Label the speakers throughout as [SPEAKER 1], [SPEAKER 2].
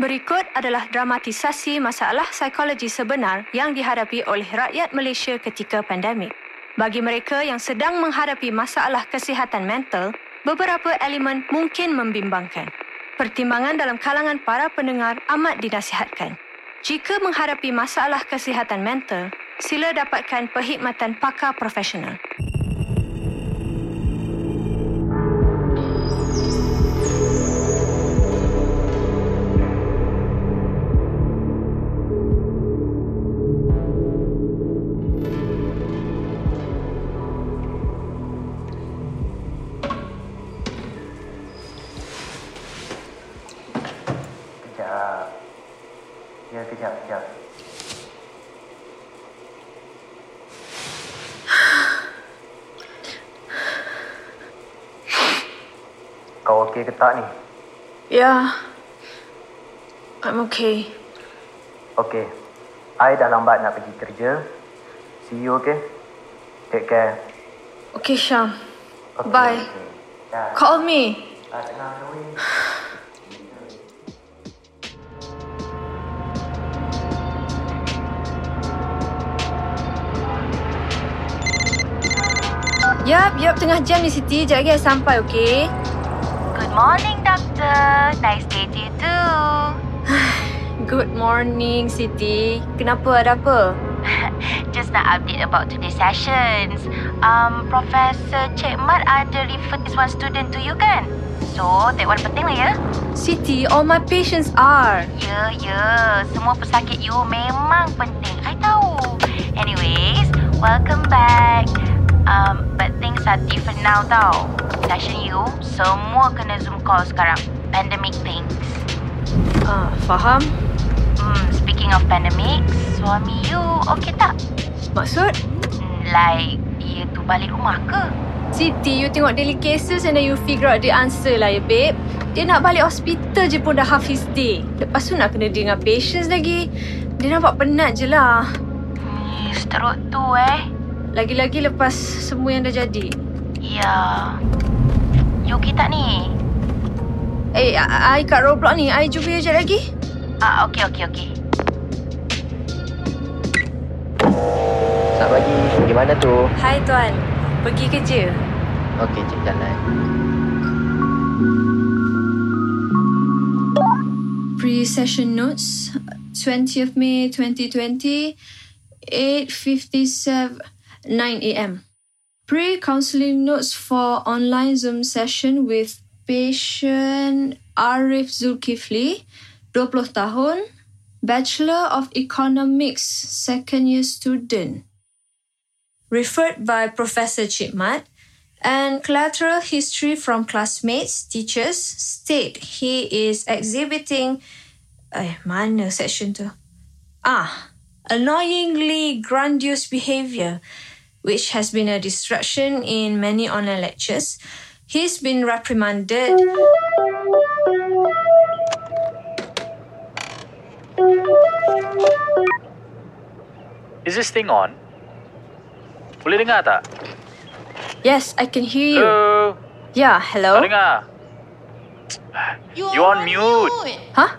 [SPEAKER 1] Berikut adalah dramatisasi masalah psikologi sebenar yang dihadapi oleh rakyat Malaysia ketika pandemik. Bagi mereka yang sedang menghadapi masalah kesihatan mental, beberapa elemen mungkin membimbangkan. Pertimbangan dalam kalangan para pendengar amat dinasihatkan. Jika menghadapi masalah kesihatan mental, sila dapatkan perkhidmatan pakar profesional.
[SPEAKER 2] Kejap. Ya, kejap, kejap. Kau okey ke tak ni?
[SPEAKER 3] Yeah. Ya. I'm okay.
[SPEAKER 2] Okey. I dah lambat nak pergi kerja. See you, okay? Take care.
[SPEAKER 3] Okay, Syam.
[SPEAKER 2] Okay,
[SPEAKER 3] Bye.
[SPEAKER 2] Okay. Dah.
[SPEAKER 3] Call me.
[SPEAKER 2] Dah tenang tu, weh.
[SPEAKER 3] Yap, yap. Tengah jam ni, Siti. Sekejap lagi I sampai, okay?
[SPEAKER 4] Good morning, Doctor. Nice day to you too.
[SPEAKER 3] Good morning, Siti. Kenapa? Ada apa?
[SPEAKER 4] Just nak update about today's sessions. Um, Professor Cik Mat ada refer this one student to you kan? So, that one penting lah ya.
[SPEAKER 3] Siti, all my patients are.
[SPEAKER 4] Ya, ya. Semua pesakit you memang penting. I tahu. Anyways, welcome back. Um, but things are different now tau. Session you, semua kena Zoom call sekarang. Pandemic things.
[SPEAKER 3] Ah, faham?
[SPEAKER 4] Hmm, speaking of pandemic, suami you okay tak?
[SPEAKER 3] Maksud?
[SPEAKER 4] Hmm, Like dia tu balik rumah ke?
[SPEAKER 3] Siti, you tengok daily cases and then you figure out the answer lah, ya, babe. Dia nak balik hospital je pun dah half his day. Lepas tu nak kena deal dengan patients lagi. Dia nampak penat je lah.
[SPEAKER 4] Hmm, seteruk tu eh.
[SPEAKER 3] Lagi-lagi lepas semua yang dah jadi.
[SPEAKER 4] Ya. You okay tak ni?
[SPEAKER 3] Eh, I, I kat Roblox ni. I jumpa you sekejap lagi.
[SPEAKER 4] Ah, okay, okay, okay.
[SPEAKER 2] Selamat pagi. Gimana tu?
[SPEAKER 3] Hai, Tuan. Pergi kerja.
[SPEAKER 2] Okey, cik jalan.
[SPEAKER 3] Pre-session notes. 20th May 2020. 8.57, 9 a.m. Pre-counseling notes for online Zoom session with patient Arif Zulkifli, 20 tahun, Bachelor of Economics, second year student. Referred by Professor Chipmat, and collateral history from classmates, teachers state he is exhibiting. Eh, mana section tu? Ah, annoyingly grandiose behavior, which has been a distraction in many online lectures. He's been reprimanded.
[SPEAKER 5] Is this thing on? Boleh dengar tak?
[SPEAKER 3] Yes, I can hear you.
[SPEAKER 5] Hello?
[SPEAKER 3] yeah,
[SPEAKER 5] Tak
[SPEAKER 3] hello.
[SPEAKER 5] dengar? You on mute.
[SPEAKER 3] Huh?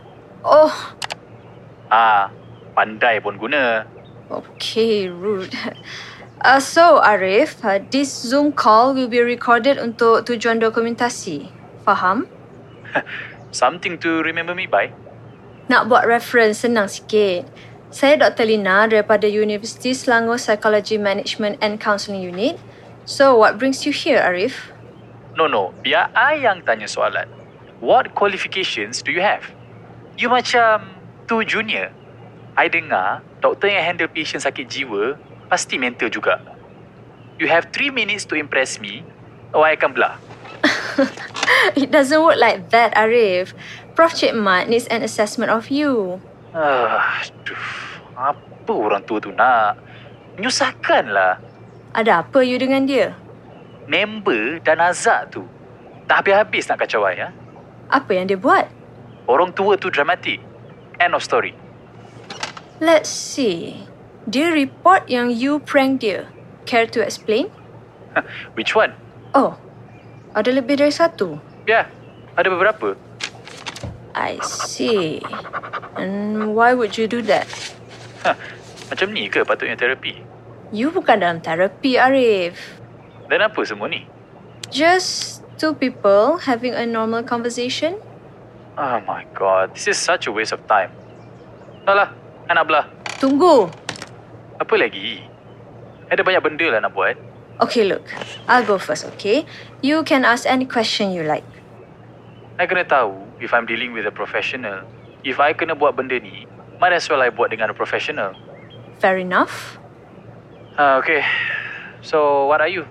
[SPEAKER 3] Oh,
[SPEAKER 5] Ah, pandai pun guna.
[SPEAKER 3] okay, rude. Uh, so, Arif, uh, this Zoom call will be recorded untuk tujuan dokumentasi. Faham?
[SPEAKER 5] Something to remember me by?
[SPEAKER 3] Nak buat reference senang sikit. Saya Dr. Lina daripada University Selangor Psychology Management and Counselling Unit. So, what brings you here, Arif?
[SPEAKER 5] No, no. Biar I yang tanya soalan. What qualifications do you have? You macam tu junior. I dengar doktor yang handle patient sakit jiwa pasti mental juga. You have three minutes to impress me or I akan belah.
[SPEAKER 3] It doesn't work like that, Arif. Prof Cik Mat needs an assessment of you.
[SPEAKER 5] Ah, aduh, apa orang tua tu nak? Menyusahkan lah.
[SPEAKER 3] Ada apa you dengan dia?
[SPEAKER 5] Member dan Azak tu. Tak habis-habis nak kacau I, ya?
[SPEAKER 3] Apa yang dia buat?
[SPEAKER 5] Orang tua tu dramatik. End of story.
[SPEAKER 3] Let's see. Dia report yang you prank dia. Care to explain?
[SPEAKER 5] Which one?
[SPEAKER 3] Oh, ada lebih dari satu.
[SPEAKER 5] Ya, ada beberapa.
[SPEAKER 3] I see. And why would you do that?
[SPEAKER 5] Hah, macam ni ke patutnya terapi?
[SPEAKER 3] You bukan dalam terapi, Arif.
[SPEAKER 5] Dan apa semua ni?
[SPEAKER 3] Just two people having a normal conversation.
[SPEAKER 5] Oh my god, this is such a waste of time. Tak lah, I nak belah.
[SPEAKER 3] Tunggu.
[SPEAKER 5] Apa lagi? Ada banyak benda lah nak buat.
[SPEAKER 3] Okay, look. I'll go first, okay? You can ask any question you like.
[SPEAKER 5] I kena tahu if I'm dealing with a professional. If I kena buat benda ni, might as well I buat dengan a professional.
[SPEAKER 3] Fair enough.
[SPEAKER 5] Ah, okay. So, what are you?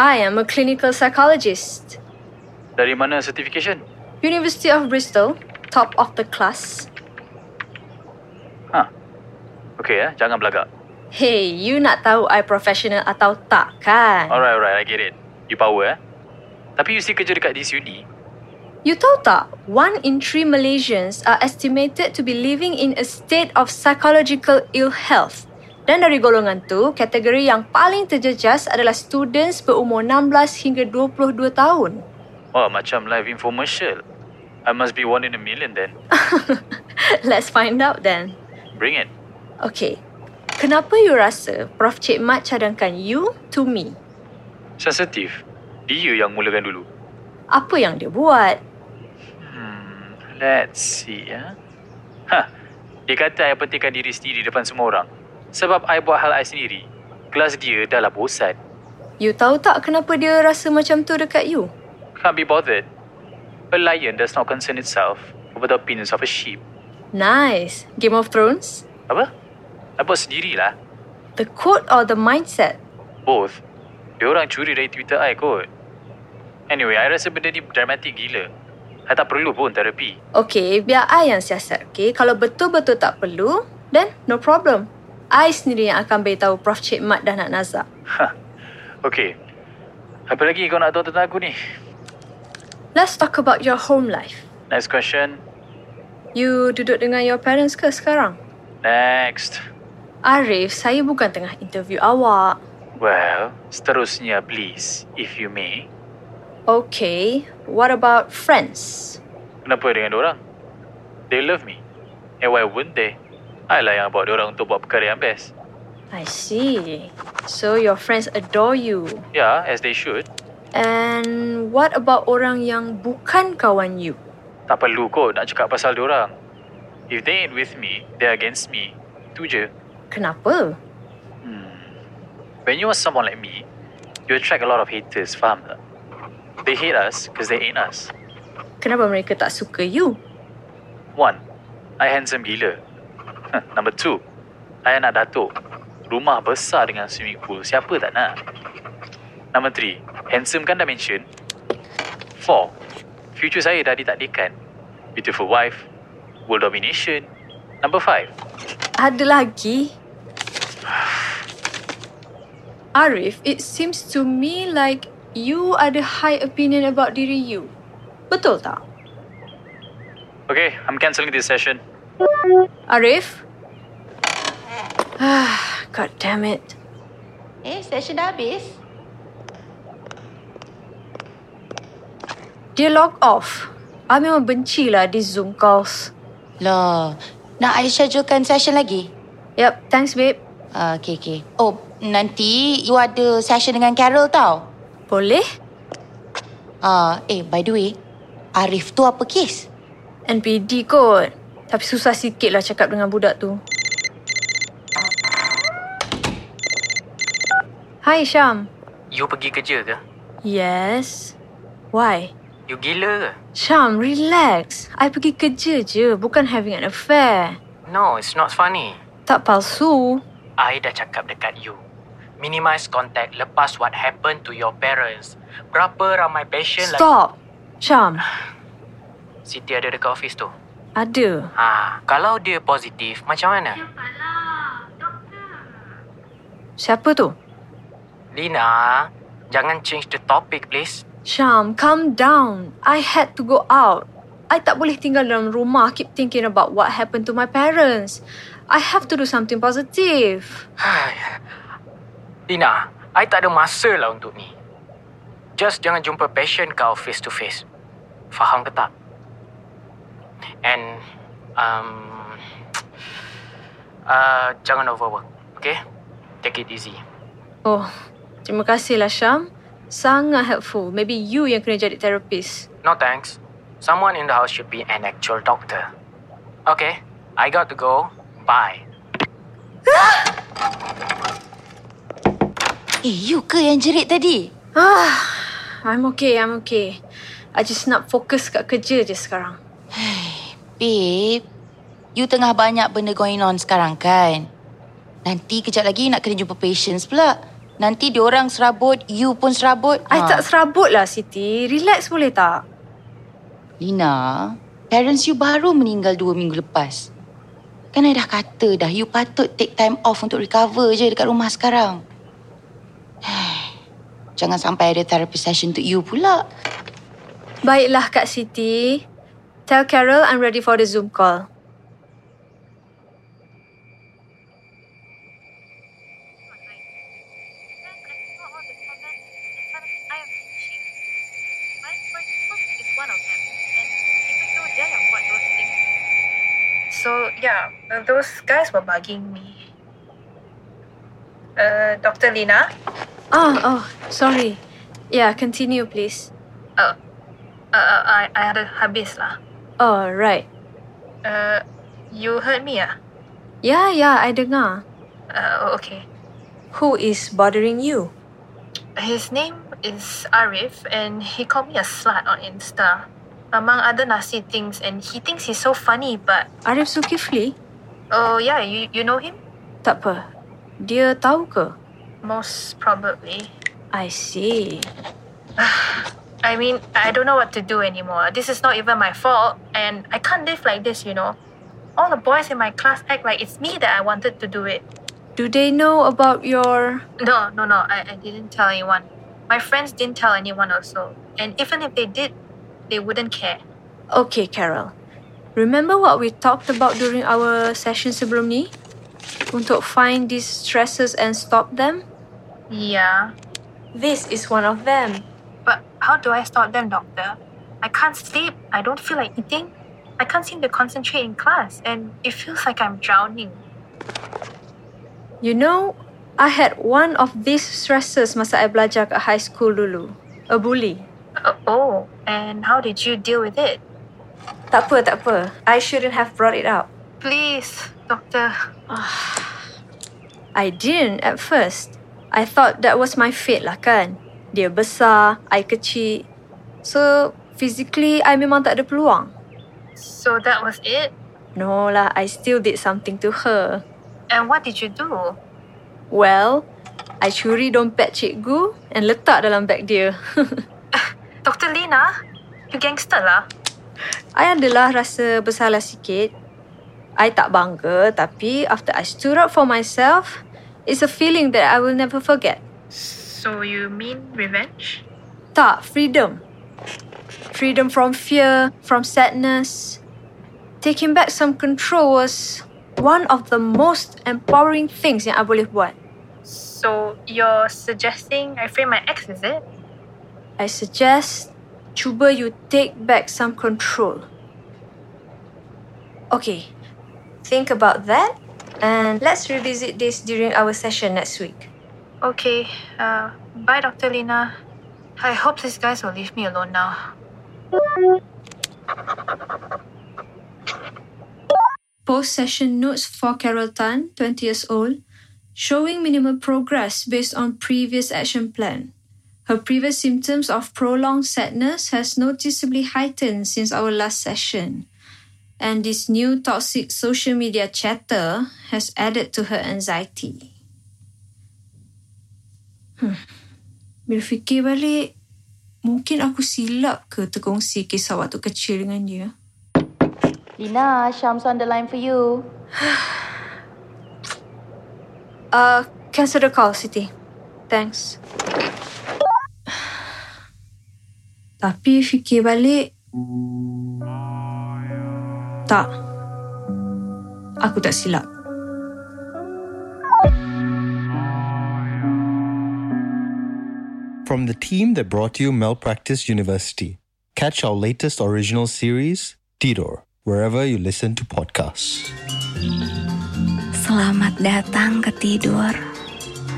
[SPEAKER 3] I am a clinical psychologist.
[SPEAKER 5] Dari mana certification?
[SPEAKER 3] University of Bristol, top of the class.
[SPEAKER 5] Huh. Ah. Okay, eh? jangan belagak.
[SPEAKER 3] Hey, you nak tahu I professional atau tak kan?
[SPEAKER 5] Alright, alright, I get it. You power, eh? Tapi you still kerja dekat this uni.
[SPEAKER 3] You tahu tak, one in three Malaysians are estimated to be living in a state of psychological ill health. Dan dari golongan tu, kategori yang paling terjejas adalah students berumur 16 hingga 22 tahun.
[SPEAKER 5] Wah, macam live infomercial. I must be one in a million then.
[SPEAKER 3] Let's find out then.
[SPEAKER 5] Bring it.
[SPEAKER 3] Okay, kenapa you rasa Prof Cik Mat cadangkan you to me?
[SPEAKER 5] Sensitif. Dia yang mulakan dulu.
[SPEAKER 3] Apa yang dia buat?
[SPEAKER 5] Hmm, let's see ya. Hah, dia kata I pentingkan diri sendiri di depan semua orang. Sebab I buat hal I sendiri. Kelas dia dah lah bosan.
[SPEAKER 3] You tahu tak kenapa dia rasa macam tu dekat you?
[SPEAKER 5] Can't be bothered. A lion does not concern itself over the opinions of a sheep.
[SPEAKER 3] Nice. Game of Thrones?
[SPEAKER 5] Apa? I buat sendirilah.
[SPEAKER 3] The code or the mindset?
[SPEAKER 5] Both. Dia orang curi dari Twitter I kot. Anyway, I rasa benda ni dramatik gila. I tak perlu pun terapi.
[SPEAKER 3] Okay, biar I yang siasat, okay? Kalau betul-betul tak perlu, then no problem. I sendiri yang akan beritahu Prof Cik Mat dah nak nazak.
[SPEAKER 5] Okay. Apa lagi kau nak tahu tentang aku ni?
[SPEAKER 3] Let's talk about your home life.
[SPEAKER 5] Next question.
[SPEAKER 3] You duduk dengan your parents ke sekarang?
[SPEAKER 5] Next.
[SPEAKER 3] Arif, saya bukan tengah interview awak.
[SPEAKER 5] Well, seterusnya please, if you may.
[SPEAKER 3] Okay, what about friends?
[SPEAKER 5] Kenapa dengan orang? They love me. And why wouldn't they? I lah yang buat orang untuk buat perkara yang best.
[SPEAKER 3] I see. So your friends adore you.
[SPEAKER 5] Yeah, Ya, as they should.
[SPEAKER 3] And what about orang yang bukan kawan you?
[SPEAKER 5] Tak perlu kot nak cakap pasal orang. If they ain't with me, they're against me. Tu je.
[SPEAKER 3] Kenapa?
[SPEAKER 5] When you are someone like me, you attract a lot of haters, faham tak? They hate us because they ain't us.
[SPEAKER 3] Kenapa mereka tak suka you?
[SPEAKER 5] One, I handsome gila. Number two, I anak datuk. Rumah besar dengan swimming pool, siapa tak nak? Number three, handsome kan dah mention. Four, future saya dah ditakdirkan. Beautiful wife, world domination. Number five,
[SPEAKER 3] Ada lagi. Arif, it seems to me like you ada high opinion about diri you. Betul tak?
[SPEAKER 5] okay, I'm cancelling this session.
[SPEAKER 3] Arif? Ah, God damn it.
[SPEAKER 4] Eh, session dah habis?
[SPEAKER 3] Dia log off. I memang bencilah di Zoom calls.
[SPEAKER 6] Lah, nak I schedulekan session lagi?
[SPEAKER 3] Yep, thanks babe.
[SPEAKER 6] Uh, okay, okay. Oh, nanti you ada session dengan Carol tau.
[SPEAKER 3] Boleh?
[SPEAKER 6] Ah, uh, eh, by the way, Arif tu apa kes?
[SPEAKER 3] NPD kot. Tapi susah sikit lah cakap dengan budak tu. Hai Syam.
[SPEAKER 7] You pergi kerja ke?
[SPEAKER 3] Yes. Why?
[SPEAKER 7] You gila ke?
[SPEAKER 3] Syam, relax. I pergi kerja je, bukan having an affair.
[SPEAKER 7] No, it's not funny.
[SPEAKER 3] Tak palsu.
[SPEAKER 7] I dah cakap dekat you. Minimize contact lepas what happened to your parents. Berapa ramai patient lagi
[SPEAKER 3] Stop. Syam,
[SPEAKER 7] Siti ada dekat office tu?
[SPEAKER 3] ada.
[SPEAKER 7] Ha, kalau dia positif, macam mana?
[SPEAKER 3] Siapa tu?
[SPEAKER 7] Lina, jangan change the topic please.
[SPEAKER 3] Syam, calm down. I had to go out. I tak boleh tinggal dalam rumah keep thinking about what happened to my parents. I have to do something positive.
[SPEAKER 7] Hai. Lina, I tak ada masa lah untuk ni. Just jangan jumpa patient kau face to face. Faham ke tak? And um, uh, jangan overwork. Okay? Take it easy.
[SPEAKER 3] Oh, terima kasihlah Syam. Sangat helpful. Maybe you yang kena jadi terapis.
[SPEAKER 7] No thanks. Someone in the house should be an actual doctor. Okay, I got to go. Bye.
[SPEAKER 6] Eh, you ke yang jerit tadi?
[SPEAKER 3] Ah, I'm okay, I'm okay. I just nak fokus kat kerja je sekarang.
[SPEAKER 6] Babe, you tengah banyak benda going on sekarang kan? Nanti kejap lagi nak kena jumpa patients pula. Nanti diorang serabut, you pun serabut. Ah,
[SPEAKER 3] I tak serabut lah, Siti. Relax boleh tak?
[SPEAKER 6] Lina, parents you baru meninggal dua minggu lepas. Kan I dah kata dah, you patut take time off untuk recover je dekat rumah sekarang. Jangan sampai ada therapy session untuk you pula.
[SPEAKER 3] Baiklah Kak Siti. Tell Carol I'm ready for the Zoom call.
[SPEAKER 4] So yeah, uh, those guys were bugging me. Uh, Dr. Lina,
[SPEAKER 3] Oh, oh, sorry. Yeah, continue please.
[SPEAKER 4] uh, I, I ada habis lah.
[SPEAKER 3] Oh, right.
[SPEAKER 4] Uh, you heard me ah?
[SPEAKER 3] Yeah, yeah, I dengar.
[SPEAKER 4] Uh, okay.
[SPEAKER 3] Who is bothering you?
[SPEAKER 4] His name is Arif and he called me a slut on Insta. Among other nasty things and he thinks he's so funny but
[SPEAKER 3] Arif Zulkifli?
[SPEAKER 4] oh yeah, you you know him?
[SPEAKER 3] Tak apa. Dia tahu ke?
[SPEAKER 4] Most probably.
[SPEAKER 3] I see.
[SPEAKER 4] I mean, I don't know what to do anymore. This is not even my fault, and I can't live like this, you know. All the boys in my class act like it's me that I wanted to do it.
[SPEAKER 3] Do they know about your...
[SPEAKER 4] No, no, no, I, I didn't tell anyone. My friends didn't tell anyone, also. And even if they did, they wouldn't care.
[SPEAKER 3] Okay, Carol. Remember what we talked about during our session sebelum ni? Untuk find these stresses and stop them?
[SPEAKER 4] Yeah.
[SPEAKER 3] This is one of them.
[SPEAKER 4] But how do I stop them, doctor? I can't sleep, I don't feel like eating, I can't seem to concentrate in class, and it feels like I'm drowning.
[SPEAKER 3] You know, I had one of these stresses masa I belajar kat high school dulu. A bully.
[SPEAKER 4] Uh, oh, and how did you deal with it?
[SPEAKER 3] Tak apa, tak apa. I shouldn't have brought it up.
[SPEAKER 4] Please, doctor.
[SPEAKER 3] I didn't at first. I thought that was my fate lah kan. Dia besar, I kecil. So, physically, I memang tak ada peluang.
[SPEAKER 4] So that was it?
[SPEAKER 3] No lah, I still did something to her.
[SPEAKER 4] And what did you do?
[SPEAKER 3] Well, I curi dompet cikgu and letak dalam beg dia.
[SPEAKER 4] Dr. Lina, you gangster lah.
[SPEAKER 3] I adalah rasa bersalah sikit. I tak bangga tapi after I stood up for myself, it's a feeling that I will never forget.
[SPEAKER 4] So you mean revenge?
[SPEAKER 3] Tak, freedom. Freedom from fear, from sadness. Taking back some control was one of the most empowering things yang I boleh buat.
[SPEAKER 4] So you're suggesting I frame my ex, is it?
[SPEAKER 3] I suggest cuba you take back some control. Okay, think about that and let's revisit this during our session next week.
[SPEAKER 4] Okay, uh, bye, Dr. Lina. I hope these guys will leave me alone now.
[SPEAKER 8] Post session notes for Carol Tan, 20 years old, showing minimal progress based on previous action plan. Her previous symptoms of prolonged sadness has noticeably heightened since our last session. And this new toxic social media chatter has added to her anxiety. Hmm. Bila fikir balik, mungkin aku silap ke terkongsi kisah waktu kecil dengan dia?
[SPEAKER 6] Lina, Syam's on the line for you.
[SPEAKER 3] Uh, cancel the call, Siti. Thanks.
[SPEAKER 8] Tapi fikir balik Tak Aku tak silap
[SPEAKER 9] From the team that brought you Malpractice University, catch our latest original series, Tidor, wherever you listen to podcasts.
[SPEAKER 10] Selamat datang ke tidur.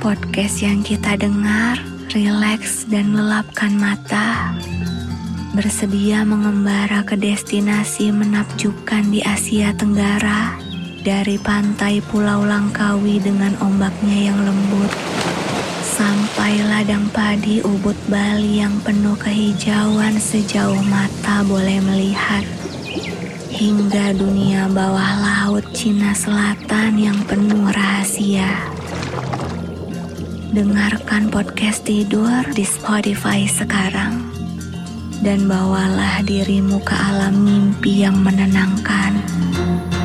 [SPEAKER 10] Podcast yang kita dengar, rileks dan lelapkan mata. Bersedia mengembara ke destinasi menakjubkan di Asia Tenggara dari pantai Pulau Langkawi dengan ombaknya yang lembut sampai ladang padi ubud Bali yang penuh kehijauan sejauh mata boleh melihat hingga dunia bawah laut Cina Selatan yang penuh rahasia. Dengarkan podcast tidur di Spotify sekarang dan bawalah dirimu ke alam mimpi yang menenangkan.